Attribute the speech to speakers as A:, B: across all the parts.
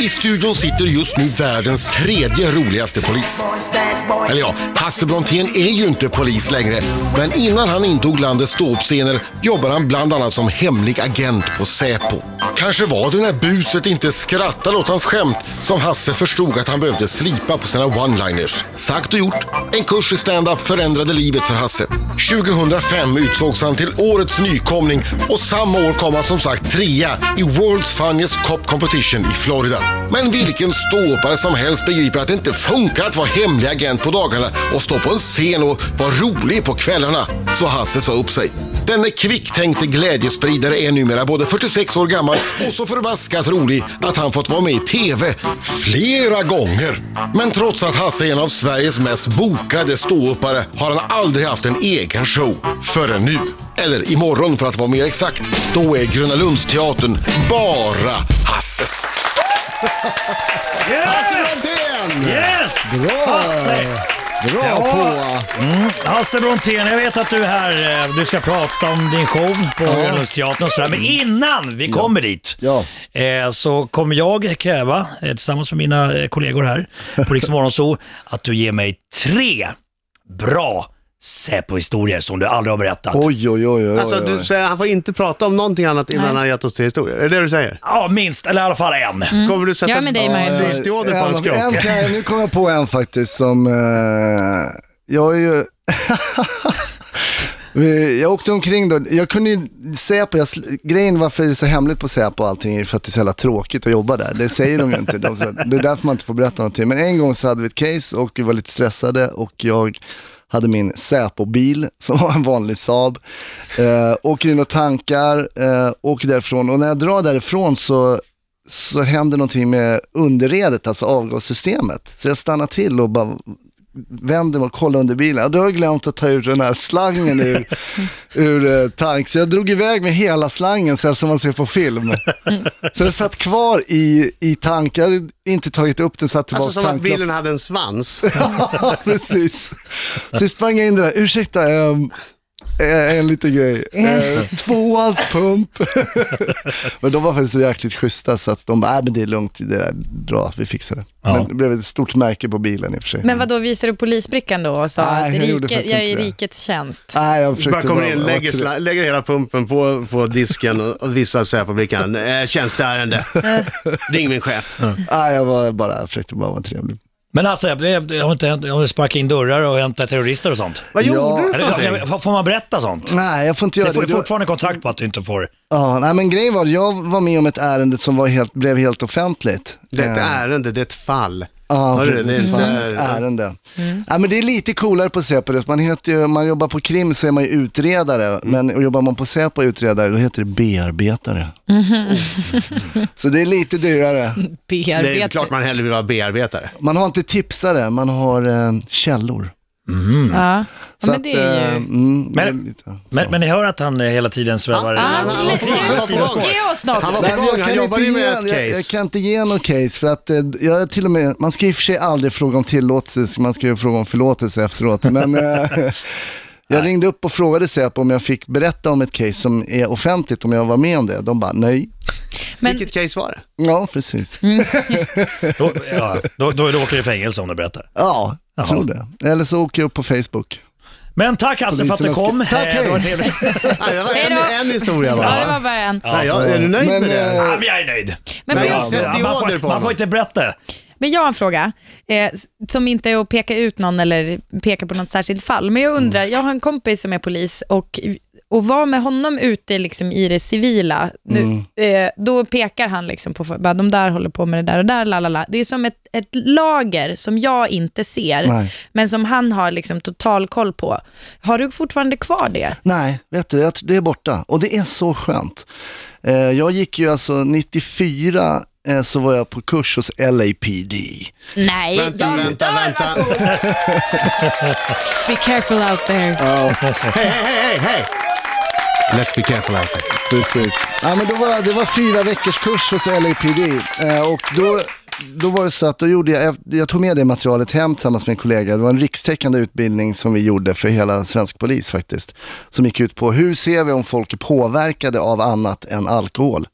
A: I studion sitter just nu världens tredje roligaste polis. Eller ja, Hasse Brontén är ju inte polis längre. Men innan han intog landets ståuppscener jobbade han bland annat som hemlig agent på Säpo. Kanske var det när buset inte skrattade åt hans skämt som Hasse förstod att han behövde slipa på sina one-liners. Sagt och gjort, en kurs i stand-up förändrade livet för Hasse. 2005 utsågs han till årets nykomling och samma år kom han som sagt trea i World's Funniest Cop Competition i Florida. Men vilken ståuppare som helst begriper att det inte funkar att vara hemlig agent på dagarna och stå på en scen och vara rolig på kvällarna. Så Hasse sa upp sig. Denne kvicktänkte glädjespridare är numera både 46 år gammal och så förbaskat rolig att han fått vara med i TV flera gånger. Men trots att Hasse är en av Sveriges mest bokade ståuppare har han aldrig haft en egen show. Förrän nu. Eller imorgon för att vara mer exakt. Då är Gröna Lundsteatern bara Hasses.
B: Yes! Yes!
C: Bra!
B: Hasse!
C: Bra
B: Ja.
C: på...
B: Mm. Hasse Brontén, jag vet att du är här. eh, Du ska prata om din show på Grönlundsteatern och sådär. Men innan vi kommer dit
C: Ja.
B: eh, så kommer jag kräva, eh, tillsammans med mina eh, kollegor här på Rix Morgonzoo, att du ger mig tre bra Säpo-historier som du aldrig har berättat.
C: Oj, oj, oj, oj.
D: Alltså,
C: oj.
D: du säger, han får inte prata om någonting annat innan han gett oss tre historier. Är det det du säger?
B: Ja, minst, eller i alla fall en.
E: Mm.
D: Kommer du sätta
E: Jag är med dig, Maja.
D: lysdioder på hans
C: en,
D: kropp?
C: en, Nu kom jag på en faktiskt som... Eh, jag är ju... Vi- Jag åkte omkring då. Jag kunde ju Säpo, jag, sl- grejen varför det är så hemligt på Säpo och allting är för att det är så jävla tråkigt att jobba där. Det säger de ju inte. De, säger- det är därför man inte får berätta någonting. Men en gång så hade vi ett case och vi var lite stressade och jag hade min Säpo-bil som var en vanlig Saab. Eh, åker in och tankar, eh, åker därifrån och när jag drar därifrån så så händer någonting med underredet, alltså avgassystemet. Så jag stannar till och bara vänder mig och kollar under bilen. Ja, Då har jag glömt att ta ut den här slangen ur, ur eh, tank. Så jag drog iväg med hela slangen så här som man ser på film. Så den satt kvar i, i tank. Jag hade inte tagit upp den, satt tillbaka
D: Alltså som att
C: tanklappen.
D: bilen hade en svans.
C: Ja, precis. Så jag sprang in där, ursäkta, ehm, eh, en liten grej. Eh, tvåans pump. men de var faktiskt så jäkligt schyssta så att de bara, äh, men det är lugnt, det där, dra, vi fixar det. Men det blev ett stort märke på bilen i och för sig.
E: Men vad då visade du polisbrickan då och sa
C: Nej,
E: att
C: jag gjorde
E: rike,
C: faktiskt
E: jag är i
C: inte det.
E: rikets tjänst?
C: Nej, jag försökte
D: Bara kommer in,
C: vara-
D: lägger,
C: vara-
D: sla, lägger hela pumpen på, på disken och- och visar Säpo-brickan. Eh, tjänsteärende. Ring min chef.
C: Nej, jag var bara, jag försökte bara vara trevlig.
B: Men Hasse, det det har inte hänt, har du sparkat in dörrar och hämtat terrorister och sånt?
D: Vad
C: Ja,
D: gjorde du för
B: Eller,
D: någonting?
B: jag- får man berätta sånt?
C: Nej, jag får inte göra
B: Du får
C: det.
B: ju
C: Det var-
B: fortfarande kontrakt på att du inte får...
C: Ja, nej, men grejen var, jag var med om ett ärende som var helt, blev helt offentligt.
D: Det är ett
C: Eh,
D: ärende, det är ett fall.
C: Ja,
D: Hörru, det är
C: fan, ett
D: inte...
C: ärende. Ja, men det är lite coolare på Säpo. det. Man, heter ju, man jobbar på krim så är man ju utredare, men och jobbar man på Säpo utredare då heter det bearbetare.
E: Mm-hmm.
C: Så det är lite dyrare.
D: Det är
E: Bearbetning.
D: klart man hellre vill vara bearbetare.
C: Man har inte tipsare, man har eh, källor.
E: Ja. Ja, men det är
C: eh,
E: ju...
C: mm, det är
B: Men-
C: lite, så.
B: Men, men ni hör att han eh, hela tiden svävar...
E: Ah,
B: Ah,
E: han
D: han var på gång, han var på
E: skulle
D: gång.
E: ge oss något.
D: Han var
C: Nej, men
D: på gång, han
C: inte
D: jobbar ju
C: ge-
D: med ett
C: jag, jag
D: case.
C: kan inte ge något case för att eh, jag är till och med, man ska i och för sig aldrig fråga om tillåtelse, man ska ju fråga om förlåtelse efteråt. Men eh, jag ringde upp och frågade Säpo om jag fick berätta om ett case som är offentligt, om jag var med om det. De bara nej.
E: Men
D: Vilket case var det?
C: Ja, precis.
D: Mm.
B: då, ja, då, då, då åker du i fängelse om du berättar.
C: Ja, jag
B: Jaha.
C: tror det. Eller så åker jag upp på Facebook.
B: Men tack Hasse för att du kom.
C: Polisen har skri- Tack,
B: Eh, det var
C: hej.
B: trevligt.
D: Nej, det var
E: Hej
D: en,
E: då.
D: en historia
E: ja, det var
D: bara.
E: bara en.
D: Nej, jag, är du nöjd
C: Men,
D: med det?
C: eh,
B: Ja, men jag är nöjd.
E: Men, får
D: Men
E: jag,
D: alltså- sätter ju
B: man,
D: åder
B: får,
D: på
B: man
D: honom.
B: får inte berätta.
E: men jag har en fråga eh, som inte är att peka ut någon eller peka på något särskilt fall. Men jag undrar, jag har en kompis som är polis och, och var med honom ute liksom i det civila. Nu, eh, då pekar han liksom på bara, de där håller på med det där och där. Lalala. Det är som ett, ett lager som jag inte ser,
C: Nej.
E: men som han har liksom total koll på. Har du fortfarande kvar det?
C: Nej, vet du, jag tr- det är borta och det är så skönt. Eh, Jag gick ju alltså 94 eh, så var jag på kurs hos LAPD.
E: Nej,
D: Vänta,
E: jag
D: vänta, vänta.
E: Be careful out there.
D: Hej, hej, hej, hej! Let's be careful out there.
C: Precis. Ja, men då var, det var fyra veckors kurs hos LAPD. Eh, och då, då var det så att då gjorde jag, jag tog med det materialet hem tillsammans med en kollega. Det var en rikstäckande utbildning som vi gjorde för hela svensk polis faktiskt. Som gick ut på hur ser vi om folk är påverkade av annat än alkohol?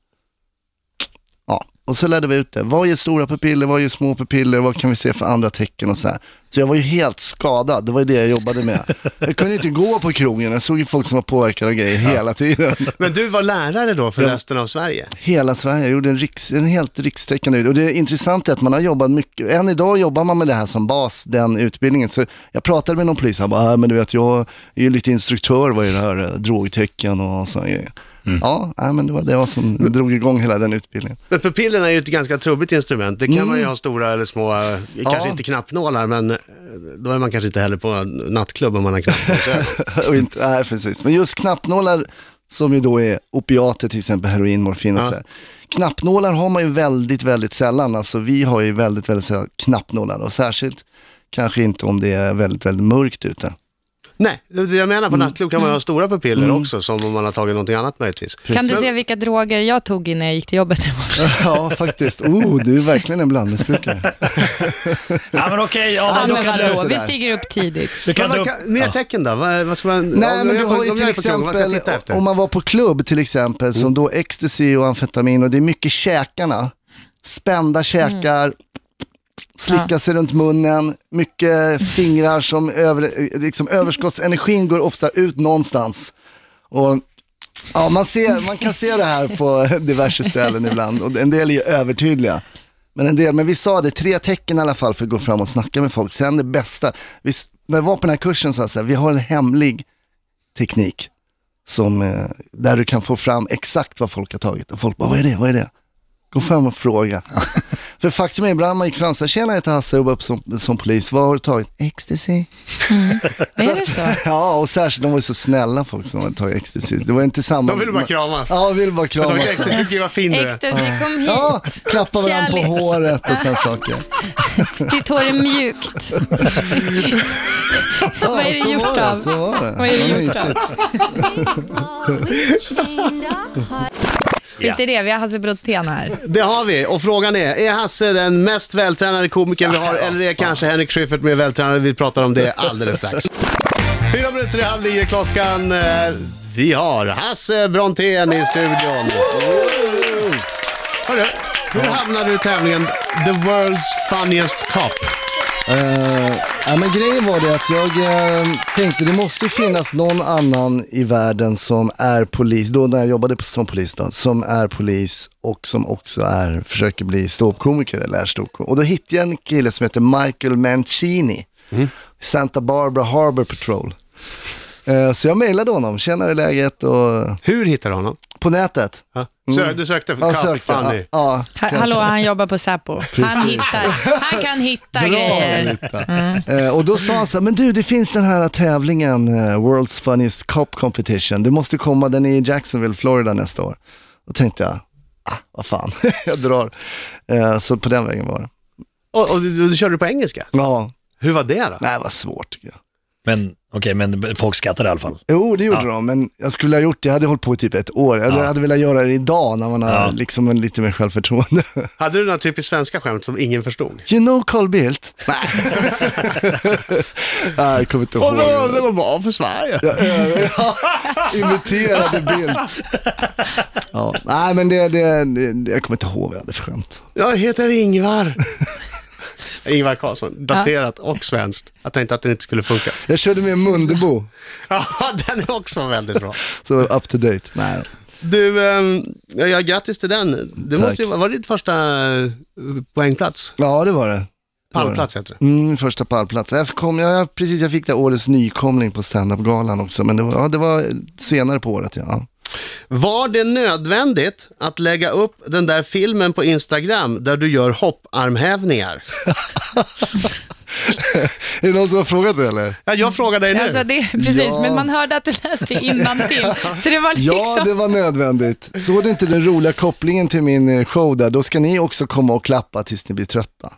C: Ja, Och så lärde vi ut det. Vad ger stora pupiller? Vad ger små pupiller? Vad kan vi se för andra tecken och så här. Så jag var ju helt skadad. Det var ju det jag jobbade med. Jag kunde inte gå på krogen. Jag såg ju folk som var påverkade av grejer hela tiden.
D: Men du var lärare då för resten av Sverige?
C: Hela Sverige. Jag gjorde en, riks, en helt rikstäckande ut- Och det intressanta är att man har jobbat mycket. Än idag jobbar man med det här som bas, den utbildningen. Så jag pratade med någon polis, han bara, "Äh, men du vet jag är ju lite instruktör vad är det här, eh, drogtecken och sådana grejer. Ja, äh, men det var det var som drog igång hela den utbildningen.
D: Men pupillerna är ju ett ganska trubbigt instrument. Det kan man ju ha stora eller små, eh, kanske
C: Mm. Ja.
D: inte knappnålar, men eh, då är man kanske inte heller på en nattklubb om man har knappnålar.
C: och inte, nej, precis. Men just knappnålar som ju då är opiater, till exempel heroin, morfin och
D: Ja.
C: så här. Knappnålar har man ju väldigt, väldigt sällan. Alltså vi har ju väldigt, väldigt sällan knappnålar och särskilt kanske inte om det är väldigt, väldigt mörkt ute.
D: Nej, det är det jag menar
C: Mm.
D: på nattklubb kan man ju ha stora pupiller också, som om man har tagit någonting annat möjligtvis.
E: Kan du se vilka droger jag tog innan jag gick till jobbet i morse?
C: Ja, faktiskt. Oh, du är verkligen en blandmissbrukare.
B: Ja, men okej. Ja,
E: Ja,
B: men då
E: men
B: kan
E: vadå?
B: du...
E: Vi stiger upp tidigt.
B: du
D: Men
B: kan
D: vad
B: dra,
D: kan, mer tecken då? Vad, vad ska man,
C: Nej,
D: om
C: men
D: jag
C: du
D: är
C: har ju
D: om
C: till
D: jag är på krogen, vad ska jag
C: exempel,
D: titta efter? Mm.
C: om man var på klubb till exempel, som då ecstasy och amfetamin och det är mycket käkarna.
D: Mm.
C: Spända käkar, slicka sig runt munnen, mycket fingrar som över, liksom överskottsenergin går ofta ut någonstans. Och Ja, man, ser, man kan se det här på diverse ställen ibland och en del är ju övertydliga. Men, en del, men vi sa det, tre tecken i alla fall för att gå fram och snacka med folk. Sen det bästa, vi, s- när jag var på den här kursen sa jag så här, vi har en hemlig teknik som, eh, där du kan få fram exakt vad folk har tagit. Och folk bara, vad är det, vad är det? Gå fram och fråga. för faktum är ibland man gick fram och sa, tjena jag heter Hasse, jag jobbar som, som polis, vad har du tagit? Ecstasy.
E: Är det så?
C: Ja, och särskilt, de var ju så snälla folk som hade tagit ecstasy. Det var inte samma...
D: De ville bara kramas.
C: Ja, de ville bara
D: Jag sa,
C: kramas.
D: "Ecstasy, gud vad fin du är.
E: Ecstasy, kom hit.
C: Ja, klappa varandra på
E: Kärlek.
C: håret och sådana saker.
E: Ditt hår är mjukt.
C: Ja,
E: Vad är det
C: så
E: gjort
C: var det, alltså.
E: av?
C: Så var det.
E: Vad är det
C: Vad
E: gjort av?
C: mysigt.
E: Inte det, vi har Hasse Brontén här.
D: Det har vi, och frågan är, är Hasse den mest vältränade komikern vi har, eller är kanske Henrik Schyffert mer vältränad? Vi pratar om det alldeles strax. Fyra minuter i halv nio klockan. eh, Vi har Hasse Brontén i studion. Hörru, hur hamnade du i tävlingen The World's Funniest Cop?
C: Eh, ja, men grejen var det att jag eh, tänkte det måste ju finnas någon annan i världen som är polis, då när jag jobbade som polis då, som är polis och som också är, försöker bli ståuppkomiker eller är ståuppkomiker. Och då hittade jag en kille som heter Michael Mancini, Santa Barbara Harbor Patrol. Eh, så jag mejlade honom, tjena hur är läget och
D: Hur hittade du honom?
C: på nätet.
D: Ha? Sö- Du sökte för
C: Ja,
D: Cop
C: sökte.
D: Funny.
C: Ja, ja.
E: Ha, hallå, han jobbar på Säpo. Han, hittar, han kan hitta grejer.
C: Anita. Eh, och då sa han så här, men du det finns den här tävlingen, eh, World's Funniest Cop Competition, du måste komma, den är i Jacksonville, Florida nästa år. Då tänkte jag, ah, vad fan, jag drar. Eh, så på den vägen var det.
D: Och, och du, du körde på engelska.
C: Ja,
D: Hur var det då?
C: nej vad svårt tycker jag.
B: men, okej, men folk skrattar i alla fall.
C: Jo, det gjorde
B: Ja.
C: de, men jag skulle ha gjort det, jag hade hållit på i typ ett år. Jag
B: Ja.
C: hade velat göra det idag när man har
B: Ja.
C: liksom en, lite mer självförtroende.
D: Hade du några typiskt svenska skämt som ingen förstod?
C: you know Carl Bildt? Nej, Nej, jag kommer inte ihåg.
D: det var bra för Sverige.
C: Imiterade bild. Ja. Nej, men det, det, det, jag kommer inte ihåg vad jag hade för skämt.
D: Jag heter Ingvar. Ingvar Carlsson, daterat och svenskt. Jag tänkte att den inte skulle funka.
C: Jag körde med Mundebo,
D: Ja, den är också väldigt bra.
C: så up to date. Nej.
D: Du, ehm, ja, ja, grattis till den. Det
C: Tack.
D: måste ju vara, var det ditt första eh, poängplats?
C: Ja, det var det.
D: Pallplats heter det.
C: Mm, första pallplats. Jag, kom, jag, precis, jag fick det årets nykomling på standup-galan också, men det var, ja, det var senare på året. Ja.
D: Var det nödvändigt att lägga upp den där filmen på Instagram där du gör hopparmhävningar?
C: Är det någon som har frågat det eller?
D: Ja, jag frågar dig nu.
E: Alltså det, precis,
C: Ja.
E: men man hörde att du läste innantill. Så det var liksom...
C: Ja, det var nödvändigt. Såg du inte den roliga kopplingen till min eh, show där? Då ska ni också komma och klappa tills ni blir trötta.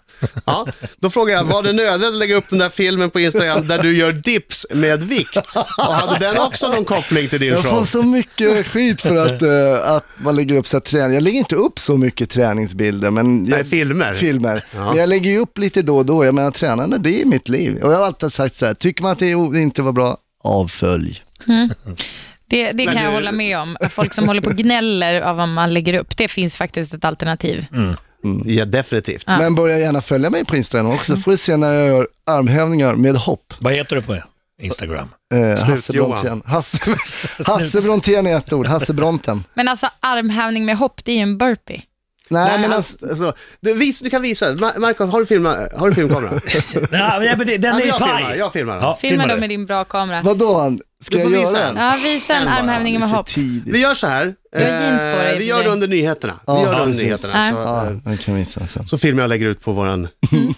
D: Ja, då frågar jag, var det nödvändigt att lägga upp den där filmen på Instagram där du gör dips med vikt? Och hade den också någon koppling till din
C: Jag får
D: show?
C: så mycket skit för att, eh, att man lägger upp så här träning. Jag lägger inte upp så mycket träningsbilder, men... Jag,
D: Nej, filmer.
C: Filmer.
D: Ja.
C: Men jag lägger ju upp lite då och då. Jag menar, tränande, det är mitt liv. Och jag har alltid sagt så här, tycker man att det o- inte var bra, avfölj.
E: Det, det kan
D: Men
E: jag
D: du-
E: hålla med om. Folk som håller på och gnäller av vad man lägger upp, det finns faktiskt ett alternativ.
D: Ja, definitivt.
C: Men börja gärna följa mig på Instagram också, får du se när jag gör armhävningar med hopp.
B: Vad heter du på Instagram?
C: Eh,
D: Slut,
C: Hasse
D: Johan.
C: Brontén. Hasse, Hasse Brontén är ett ord, Hasse Brontén.
E: Men alltså armhävning med hopp, det är ju en burpee.
C: Nej,
D: Nej,
C: men
D: han-
C: alltså,
D: alltså, du, vis, du kan visa. Mar- Marco, har du, filma, har du filmkamera?
B: Nej, men det, den
D: Ja,
B: är
D: men
B: ju
D: jag filmar,
B: paj.
D: jag filmar. den.
B: Ja,
E: Filma
B: filma
E: då
B: det.
E: med din bra kamera.
C: vadå han? Ska
D: Du får
C: jag
D: visa
C: göra
D: en.
C: den?
E: Ja, visa en armhävning med
C: Det är för
E: hopp.
C: tidigt.
D: Vi gör så här. Eh,
E: Jag har jeans på dig, i
D: vi
E: och för
D: gör det
E: sig.
D: under nyheterna. Vi
C: Ja,
D: gör det under
C: precis.
D: nyheterna. Så,
C: Ja,
D: eh,
C: den kan visa sen.
D: så filmar jag och lägger ut på vår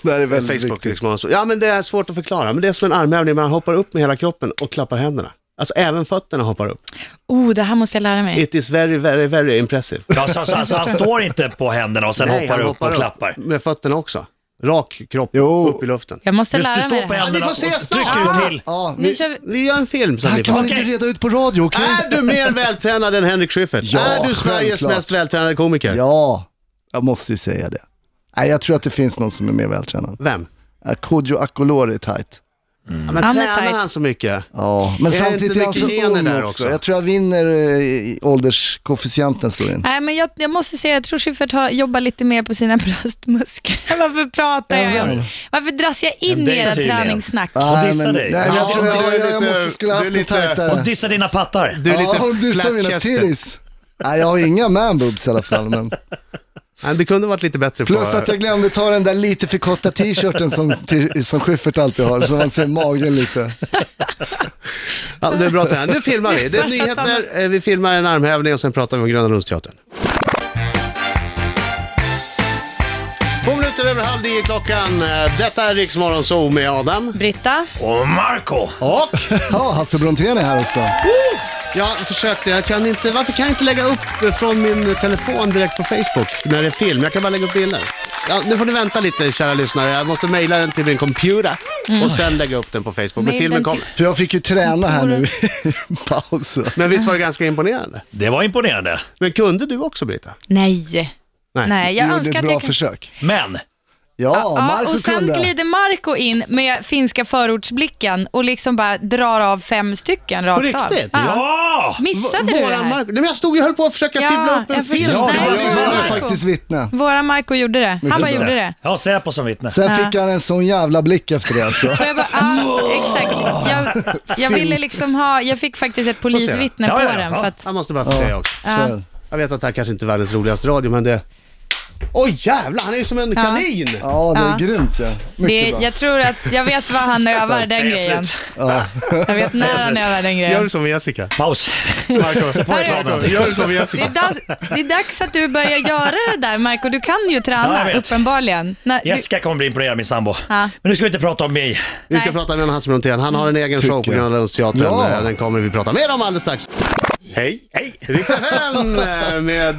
C: Det här är väldigt
D: Mm. Facebook.
C: viktigt.
D: Liksom. Så, Ja, men det är svårt att förklara, men det är som en armhävning. Man hoppar upp med hela kroppen och klappar händerna. Alltså även fötterna hoppar upp.
E: Oh, det här måste jag lära mig.
D: It is very, very, very impressive.
B: Ja, så, så, så han står inte på händerna och sen hoppar
D: han
B: upp och
D: upp
B: klappar.
D: Med fötterna också. Rak kropp
C: Jo.
D: upp i luften.
E: Jag måste
B: Du,
E: lära
B: du står
E: mig
B: på
E: det här.
D: Ja, ni
B: händerna
D: får
B: och
D: se snart.
B: trycker till.
C: Ja,
E: Nu
C: vi,
E: kör vi.
D: Vi gör en film så att
C: han
D: ni får
C: kan
D: se.
C: inte reda ut på radio, okej?
D: Är Äh, du mer vältränad än Henrik Schyffert?
C: Ja,
D: är du Sveriges
C: självklart.
D: mest vältränade komiker?
C: Ja, jag måste ju säga det. Nej, jag tror att det finns någon som är mer vältränad.
D: Vem?
C: Eh, Kodjo Akolori är tight.
D: Ja, Men
E: Han är
D: tränar
E: tight.
D: han så mycket?
C: Ja, men
D: Är det
C: samtidigt
D: inte
C: är han så
D: mycket gener
C: ung
D: där
C: också.
D: också?
C: Jag tror jag vinner eh, i ålderskoefficienten, står det. in.
E: Nej, men jag, jag måste säga, jag tror Schyffert har jobbat lite mer på sina bröstmuskler. Varför pratar jag
C: Även.
E: ens? Varför dras jag
B: Ja,
E: in
B: det
E: i era
B: tydligen.
E: träningssnack?
B: Hon
C: Nej,
B: dissar
C: men-
B: dig.
C: Nej,
B: Ja,
C: jag tror
D: du
C: jag,
D: är
C: jag, jag
D: lite-
C: måste skulle
D: du
C: ha
D: är
C: haft en
D: lite-
C: tajtare.
B: Och dissar dina pattar.
D: Du är
C: ja, hon
D: lite
C: dissar mina
D: flat-chested.
C: titties. Nej, jag har inga manboobs i alla fall. Men.
D: Nej, Du kunde varit lite bättre
C: Plus
D: på...
C: att jag glömde ta den där lite för korta t-shirten som, till- som Schyffert alltid har, så man ser magen lite.
D: Ja, det är bra det här. Nu filmar vi. Det är nyheter, eh, vi filmar en armhävning och sen pratar vi om Gröna Lundsteatern. Två minuter över halv nio klockan. Eh, Detta är Rix Morgon Zoo med Adam.
E: Britta?
B: Och Marco
D: Och
C: Ja, Hasse Brontén är här också.
D: jag försökte, jag kan inte, varför kan jag inte lägga upp eh, från min telefon direkt på Facebook när det är film? Jag kan bara lägga upp bilder. Ja, nu får ni vänta lite kära lyssnare, jag måste mejla den till min computer och sen lägga upp den på Facebook. Men
E: Mejl
D: filmen
E: Mm. den till-
D: kommer.
C: För jag fick ju träna här nu i pausen.
D: Men visst var det ganska imponerande?
B: Det var imponerande.
D: Men kunde du också Brita?
E: Nej.
D: Nej.
E: Nej, jag
C: Du gjorde
E: önskar
C: ett
E: att
C: bra
E: jag kunde...
C: försök.
B: Men,
C: Ja,
E: Ja,
C: Marco
E: och sen
C: kunde.
E: glider Marco in med finska förortsblicken och liksom bara drar av fem stycken rakt
D: På riktigt?
E: av. Ja.
B: ja!
E: Missade du det
D: Våran
E: här?
D: Marco. Nej men jag stod ju höll på att försöka
E: Ja,
D: fibbla upp en
E: jag
D: film.
E: förstår.
B: Ja, det
C: Jag
B: var
E: Nej,
B: smart.
C: är
E: Marco.
C: faktiskt vittne.
E: Våran Marco gjorde det. Han bara
C: Just
E: gjorde det.
B: Ja, Säpo som vittne.
C: Sen fick han en sån jävla blick efter det alltså.
E: Får jag bara, ah, exakt. Jag, jag ville liksom ha, jag fick faktiskt ett polisvittne
B: Får
E: på
B: se då. Ja, ja,
E: den.
B: ja.
E: För att,
D: Jag måste bara få säga också.
E: ja.
D: Jag vet att det här kanske inte är världens roligaste radio men det... Oj jävlar, han är ju som en kanin!
C: Ja, det är grymt ja.
E: Det,
C: Mycket bra.
E: jag tror att, jag vet vad han övar den
B: Det är
E: grejen.
B: slut.
E: Jag vet när han övar den
D: Gör
E: grejen.
D: du som Jessica?
B: Paus.
D: Marco, se på
E: reklamen.
D: Gör du som
E: Det är,
D: Jessica?
E: dags, det är dags att du börjar göra det där Marco, du kan ju
B: Ja, jag
E: träna
B: vet.
E: uppenbarligen. När, du,
B: Jessica kommer bli imponerad, min sambo.
E: Ja.
B: Men nu ska vi inte prata om mig.
D: Vi ska
E: Nej.
D: prata med Hasse Brontén, han har en egen show på
C: jag.
D: Gröna Lundsteatern.
C: Ja.
D: Eh, Den kommer vi prata mer om alldeles strax. Hej!
B: Hej!
D: Rix FM eh, med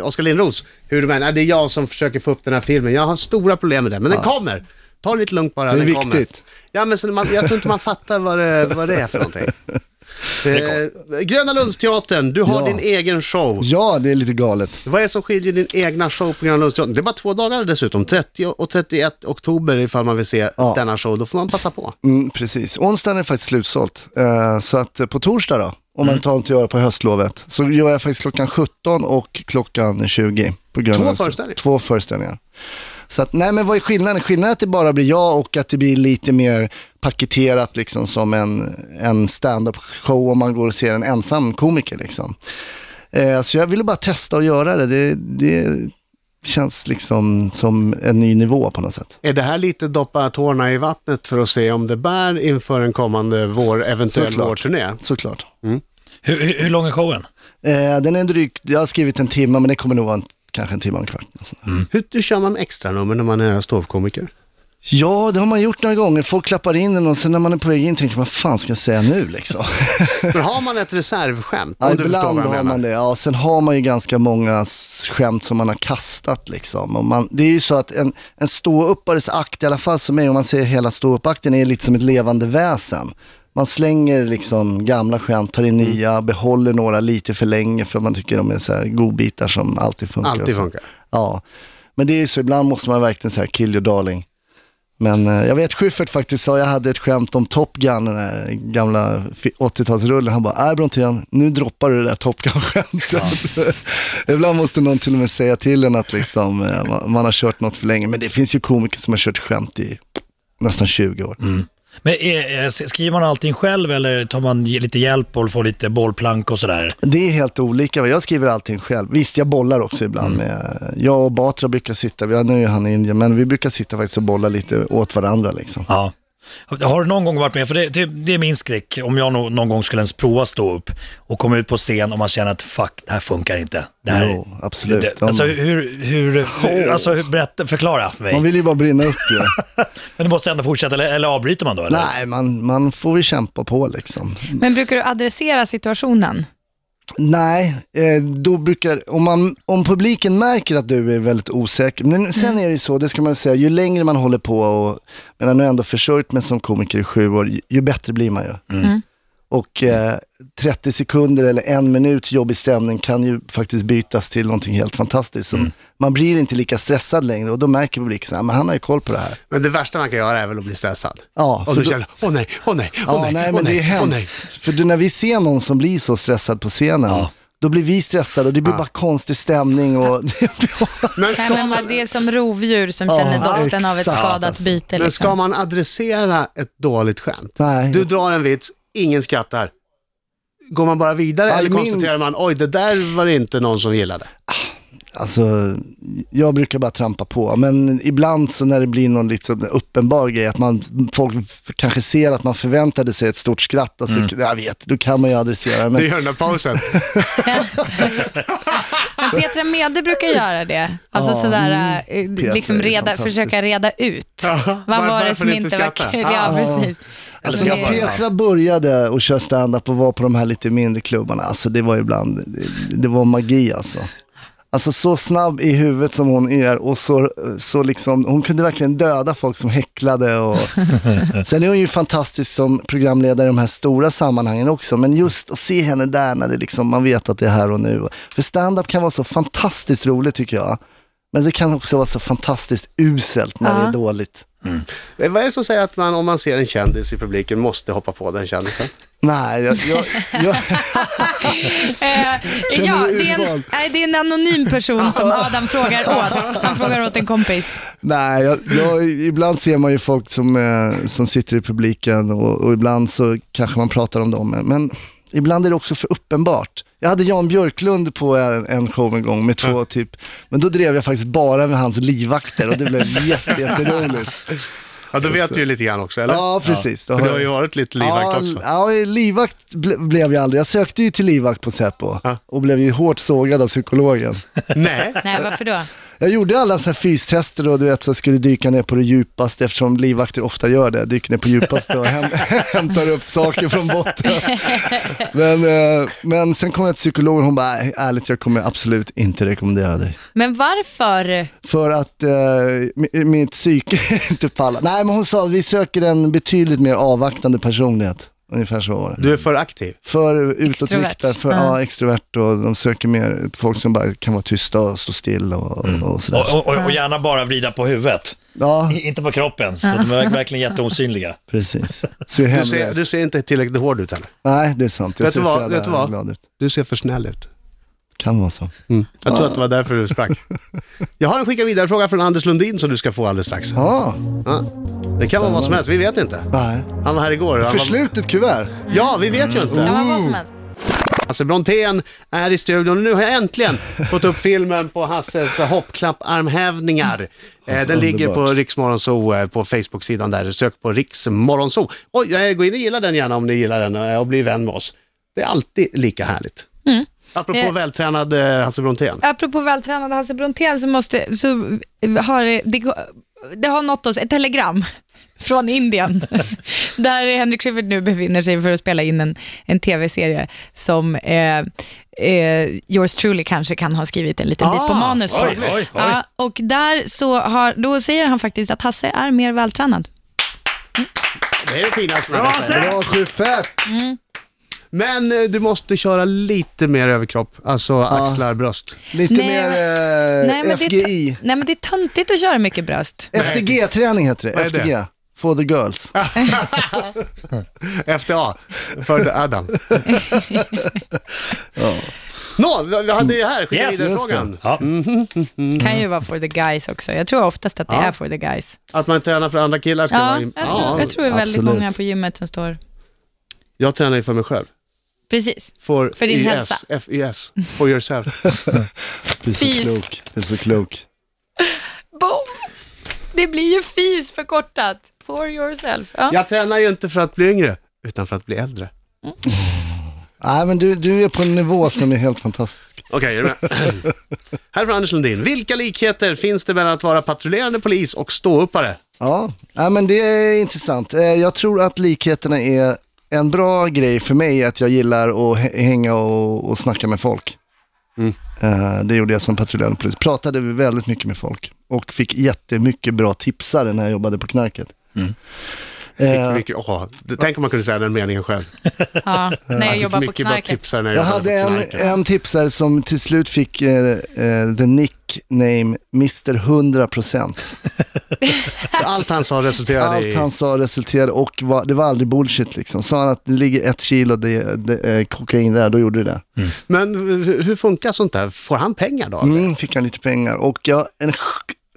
D: eh, Oskar Lindros. Hur du menar, det är jag som försöker få upp den här filmen. Jag har stora problem med den, men den kommer. Ta det lite lugnt bara,
C: Det är
D: den kommer.
C: viktigt.
D: Ja, men sen man, jag tror inte man fattar vad det, vad det är för någonting. Eh, Gröna Lundsteatern, du har
C: Ja.
D: din egen show.
C: Ja, det är lite galet.
D: Vad är det som skiljer din egna show på Gröna Lundsteatern? Det är bara två dagar dessutom, 30 och 31 oktober ifall man vill se
C: Ja.
D: denna show. Då får man passa på.
C: Mm, precis. Onsdagen är faktiskt slutsålt. Eh, så att eh, på torsdag då, om
D: Mm.
C: man tar något att göra på höstlovet, så gör jag faktiskt klockan 17 och klockan 20. På Gröna
D: Två
C: Lund.
D: föreställningar?
C: Två föreställningar. Så att, nej men vad är skillnaden? Skillnaden är att det bara blir jag och att det blir lite mer paketerat liksom som en, en stand-up show om man går och ser en ensam komiker liksom. Eh, så jag ville bara testa och göra det. det. Det känns liksom som en ny nivå på något sätt.
D: Är det här lite doppa tårna i vattnet för att se om det bär inför en kommande vår, eventuell
C: Såklart.
D: vårturné?
C: Såklart.
B: Hur, hur, hur lång är showen?
C: Eh, den är drygt, jag har skrivit en timme, men det kommer nog vara en, kanske en timme och en kvart. Alltså. och sådär.
D: Hur, hur kör man extra nummer när man är ståuppkomiker?
C: Ja, det har man gjort några gånger. Folk klappar in den och sen när man är på väg in tänker man, vad fan ska jag säga nu liksom?
D: Men har man ett reservskämt?
C: Ja,
D: Om du förstår
C: ibland
D: vad jag
C: har
D: menar.
C: man det. Ja, sen har man ju ganska många s- skämt som man har kastat liksom. Och man, det är ju så att en, en ståuppares akt, i alla fall som mig, om man ser hela ståuppakten, är lite som ett levande väsen. Man slänger liksom gamla skämt, tar in
D: Mm.
C: nya, behåller några lite för länge för man tycker de är så här godbitar som alltid funkar. och
D: Alltid
C: så.
D: funkar.
C: Ja, men det är ju så, ibland måste man verkligen så här, kill your darling. Men eh, jag vet Schyffert faktiskt sa, jag hade ett skämt om Top Gun, den här gamla fi- 80-talsrullen. Han bara, nej Brontén, nu droppar du det där Top Gun-skämtet. Ibland måste någon till och med säga till en att liksom, eh, man, man har kört något för länge. Men det finns ju komiker som har kört skämt i nästan 20 år.
B: Mm. Men eh, eh, skriver man allting själv eller tar man ge- lite hjälp och får lite bollplank och sådär?
C: Det är helt olika. Jag skriver allting själv. Visst, jag bollar också ibland.
B: Mm.
C: Med, eh, jag och Batra brukar sitta, vi- nu är han i Indien, men vi brukar sitta faktiskt och bolla lite åt varandra. Liksom.
B: Ja. Har du någon gång varit med, för det, det, det är min skräck, om jag nå- någon gång skulle ens prova stå upp och komma ut på scen och man känner att fuck, det här funkar inte. Det här,
C: Jo, absolut.
B: Det, alltså hur, hur, hur alltså hur, berätta, förklara för mig.
C: Man vill ju bara brinna upp ju.
B: Men du måste ändå fortsätta, eller, eller avbryter man då? Eller?
C: Nej, man, man får ju kämpa på liksom.
E: Men brukar du adressera situationen?
C: Nej, eh, då brukar, om, man, om publiken märker att du är väldigt osäker, men sen är det ju så, det ska man säga, ju längre man håller på och, men nu har jag ändå försörjt mig som komiker i sju år, ju, ju bättre blir man ju.
E: Mm.
C: Och eh, 30 sekunder eller en minut jobbig stämning kan ju faktiskt bytas till någonting helt fantastiskt. Som, Man blir inte lika stressad längre och då märker publiken så här, "Ah, men han har ju koll på det här.
D: Men det värsta man kan göra är väl att bli stressad.
C: Ja,
D: och
C: för
D: du
C: då-
D: känner, åh nej, åh nej, åh
C: Ja,
D: nej,
C: nej,
D: åh
C: men det är
D: nej, åh nej.
C: hemskt. För du, när vi ser någon som blir så stressad på scenen, då blir vi stressade och det blir bara konstig stämning och
D: Men
E: Nej, men
D: ska,
E: vad det är som rovdjur som
C: Ja,
E: känner doften av ett
C: exakt,
E: skadat
C: alltså.
E: byte.
D: men ska
E: Liksom.
D: man adressera ett dåligt skämt?
C: Nej.
D: Du drar en vits, ingen skrattar. Går man bara vidare
C: Ja,
D: eller
C: min-
D: konstaterar man, oj det där var det inte någon som gillade?
C: Alltså, jag brukar bara trampa på, men ibland så när det blir någon liksom uppenbar grej, att man, folk f- kanske ser att man förväntade sig ett stort skratt, och så, jag vet, då kan man ju adressera det,
D: Det
C: men
D: gör den där pausen.
E: Men Petra Mede brukar göra det. Alltså
C: Ja, Mm.
E: sådär, eh,
C: Petra är
E: liksom reda,
C: fantastisk.
E: försöka reda ut. Vad var
D: varför
E: det som
D: ni
E: inte
D: inte
E: var
D: skrattar?
E: kul? Ja, precis.
C: alltså,
E: Det-
C: när Petra började och köra stand-up och var på de här lite mindre klubbarna, alltså det var ibland, det, det var magi alltså. Alltså så snabb i huvudet som hon är och så, så liksom, hon kunde verkligen döda folk som häcklade och sen är hon ju fantastisk som programledare i de här stora sammanhangen också, men just att se henne där när det liksom, man vet att det är här och nu. För stand-up kan vara så fantastiskt roligt tycker jag, men det kan också vara så fantastiskt uselt när det
E: Ja.
C: är dåligt.
D: Men Vad är det som säger att man, om man ser en kändis i publiken, måste hoppa på den kändisen?
C: Nej, jag, jag, jag,
E: Eh,
C: Känner
E: ja,
C: du
E: det, är en,
C: utvald?
E: nej, det är en anonym person som Adam frågar åt. Han frågar åt en kompis.
C: Nej, jag, jag, ibland ser man ju folk som, eh, som sitter i publiken och, och ibland så kanske man pratar om dem. Men, men ibland är det också för uppenbart. Jag hade Jan Björklund på en, en show en gång med två typ, men då drev jag faktiskt bara med hans livvakter och det blev jätte- jätteroligt.
D: Ja, då vet du ju lite grann också, eller?
C: Ja, precis.
D: För du har ju varit lite livvakt
C: ja,
D: också.
C: Ja, livvakt ble, blev jag aldrig. Jag sökte ju till livvakt på Säpo
D: Ja.
C: och blev ju hårt sågad av psykologen.
D: Nej.
E: Nej, varför då?
C: Jag gjorde alla så här fystester och du vet, så skulle dyka ner på det djupaste eftersom livvakter ofta gör det. Dyker ner på djupaste och häm hämtar upp saker från botten. Men, eh, men sen kom jag till psykologen och hon bara, "Nej, ärligt jag kommer absolut inte rekommendera dig.
E: Men varför?
C: För att eh, mi- mitt psyke inte pallar. Nej men hon sa, vi söker en betydligt mer avvaktande personlighet. Ungefär så var det.
D: Du är för aktiv.
C: För utåtriktad,
E: Extrovert.
C: för
E: Ja.
C: ja, extrovert och de söker mer folk som bara kan vara tysta och stå still och, och sådär.
B: Och, och, och, och gärna bara vrida på huvudet,
C: Ja.
B: I- inte på kroppen, så de är verkligen jätteosynliga.
C: Precis. Se
D: Du
C: hemlig
D: ser,
C: ut.
D: du ser inte tillräckligt hård ut heller.
C: Nej, det är sant. Jag
D: Vet du
C: ser
D: vad?
C: för
D: Vet du
C: jävla
D: vad?
C: glad ut.
D: Du ser för snäll ut.
C: Kan vara så.
D: Jag tror att det var därför du sprack. Jag har en skicka vidare fråga från Anders Lundin som du ska få alldeles strax.
C: Ja,
D: Ja. Det kan vara vad som helst, vi vet inte.
C: nej.
D: Han var här igår. Han var...
C: Förslutet kuvert.
D: Ja, vi vet ju
E: Kan
D: inte.
E: man vad som helst?
D: Hasse Brontén är i studion och nu har jag äntligen fått upp filmen på Hasses hoppklapparmhävningar. Eh, Den ligger på
C: Underbart.
D: Riksmorgonzoo eh, på Facebook-sidan där. Sök på Riksmorgonzoo. Oj, eh, gå in och gilla den gärna om ni gillar den eh, och bli vän med oss. Det är alltid lika härligt. Apropå
E: Eh.
D: vältränad eh, Hasse Brontén.
E: Apropå vältränade Hasse Brontén så, måste, så har det- det, gå- det har nått oss ett telegram från Indien, där Henrik Schyffert nu befinner sig för att spela in en, en tv-serie som eh, eh, yours truly kanske kan ha skrivit en liten bit på
D: Ah,
E: manus på.
B: oj, oj, oj.
E: Ja, och där så har, då säger han faktiskt att Hasse är mer vältränad.
D: Det är det finaste man
B: Bra,
D: kan säga.
B: Hasse!
C: Bra Schyffert.
D: Men eh, du måste köra lite mer överkropp, alltså axlar, bröst.
C: Lite
E: Nej,
C: mer eh,
E: Nej men, det är
C: FGI.
E: t- nej, men det är töntigt att köra mycket bröst.
C: FTG-träning heter
D: Vad
C: det.
D: är det? Ah,
C: FTG. For the girls.
D: FTA, för Adam. Nå, vi vi hade ju här, skicka
B: Yes.
D: vidare-frågan.
B: Ja.
C: Mm.
E: Kan ju vara for the guys också. Jag tror oftast att det
D: Ja.
E: är for the guys.
D: Att man tränar för andra killar ska
E: Ja,
D: vara...
E: jag tror,
D: ja,
E: jag tror det är väldigt
C: absolut.
E: många på gymmet som står...
D: jag tränar ju för mig själv.
E: Precis.
D: For,
E: För din
D: YS,
E: hälsa.
D: FYS, for yourself.
C: Du är så
E: Fis.
C: klok. Du är så klok.
E: Boom! Det blir ju FYS förkortat. For yourself. Ja.
D: Jag tränar ju inte för att bli yngre, utan för att bli äldre.
C: Nej, men du, du är på en nivå som är helt fantastisk.
D: Okej, är du med? Här från Anders Lundin. Vilka likheter finns det mellan att vara patrullerande polis och ståuppare?
C: Ja, Nej, men det är intressant. Eh, Jag tror att likheterna är en bra grej för mig, är att jag gillar att hä- hänga och, och snacka med folk.
D: Mm.
C: Eh, Det gjorde jag som patrullerande polis. Pratade väldigt mycket med folk och fick jättemycket bra tipsare när jag jobbade på Knarket. Eh,
D: Fick mycket, åh, det- tänk om man kunde säga den meningen själv.
E: Ja, när jag
D: fick
E: jobbar på
D: mycket bra
E: knarket.
D: tipsar när jag,
C: Jag
D: jobbade
C: hade
D: på
C: en,
D: knarket.
C: en tipsare som till slut fick eh, eh, the nickname Mr 100%.
D: Allt han sa resulterade
C: Allt
D: i...
C: han sa resulterade och var, det var aldrig bullshit liksom. Sa han att det ligger ett kilo det, det, eh, kokain där, då gjorde det det.
D: Men hur hur funkar sånt där? Får han pengar då?
C: Mm, fick han lite pengar och jag, en sk-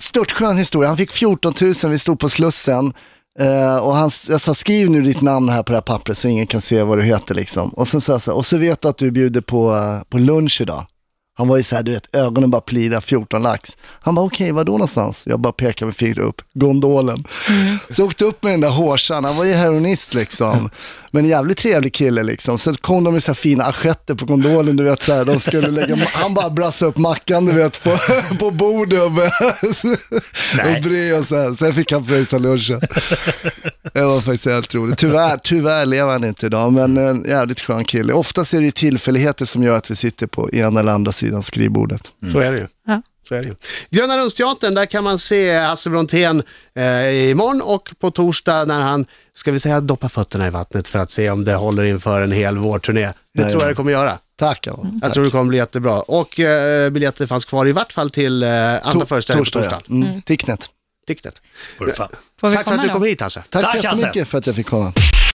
C: störtskön historia. Han fick 14 000, vi stod på Slussen. eh, och han, s- jag sa skriv nu ditt namn här på det här pappret så ingen kan se vad du heter liksom. Och sen sa jag så här, och så vet du att du bjuder på, eh, på lunch idag. Han var ju så här, du vet, ögonen bara plira 14 lax. Han bara, okej, var då någonstans? Jag bara pekar med fingret upp, gondolen. Så jag åkte upp med den där hårsan, han var ju heroinist liksom. Men en jävligt trevlig kille liksom. Så kom de med så här fina assietter på gondolen, du vet så här, de skulle lägga, han bara brassade upp mackan du vet på, på bordet och,
B: Nej.
C: och bre och så här. Sen fick han pröjsa lunchen. Det var faktiskt helt roligt. Tyvärr, tyvärr lever han inte idag, men en jävligt skön kille. Oftast är det ju tillfälligheter som gör att vi sitter på ena eller andra sidan skrivbordet.
D: Så är det ju.
E: Ja.
D: Så är det ju. Gröna Rundsteatern, där kan man se Hasse Brontén eh, imorgon och på torsdag när han, ska vi säga doppa fötterna i vattnet för att se om det håller inför en hel vårturné. Det tror jag det kommer göra.
C: Tack, Alvar.
D: Jag tror det kommer bli jättebra. Och eh, biljetter fanns kvar i vart fall till eh, andra
C: To-
D: föreställningen på torsdag.
C: ja. Mm. Ticknet.
D: Ticknet.
B: Urfan.
E: Får vi
D: Tack för
E: komma
D: att du
E: då?
D: kom hit Hasse.
C: Tack,
B: Tack, Hasse.
C: så jättemycket för att jag fick komma.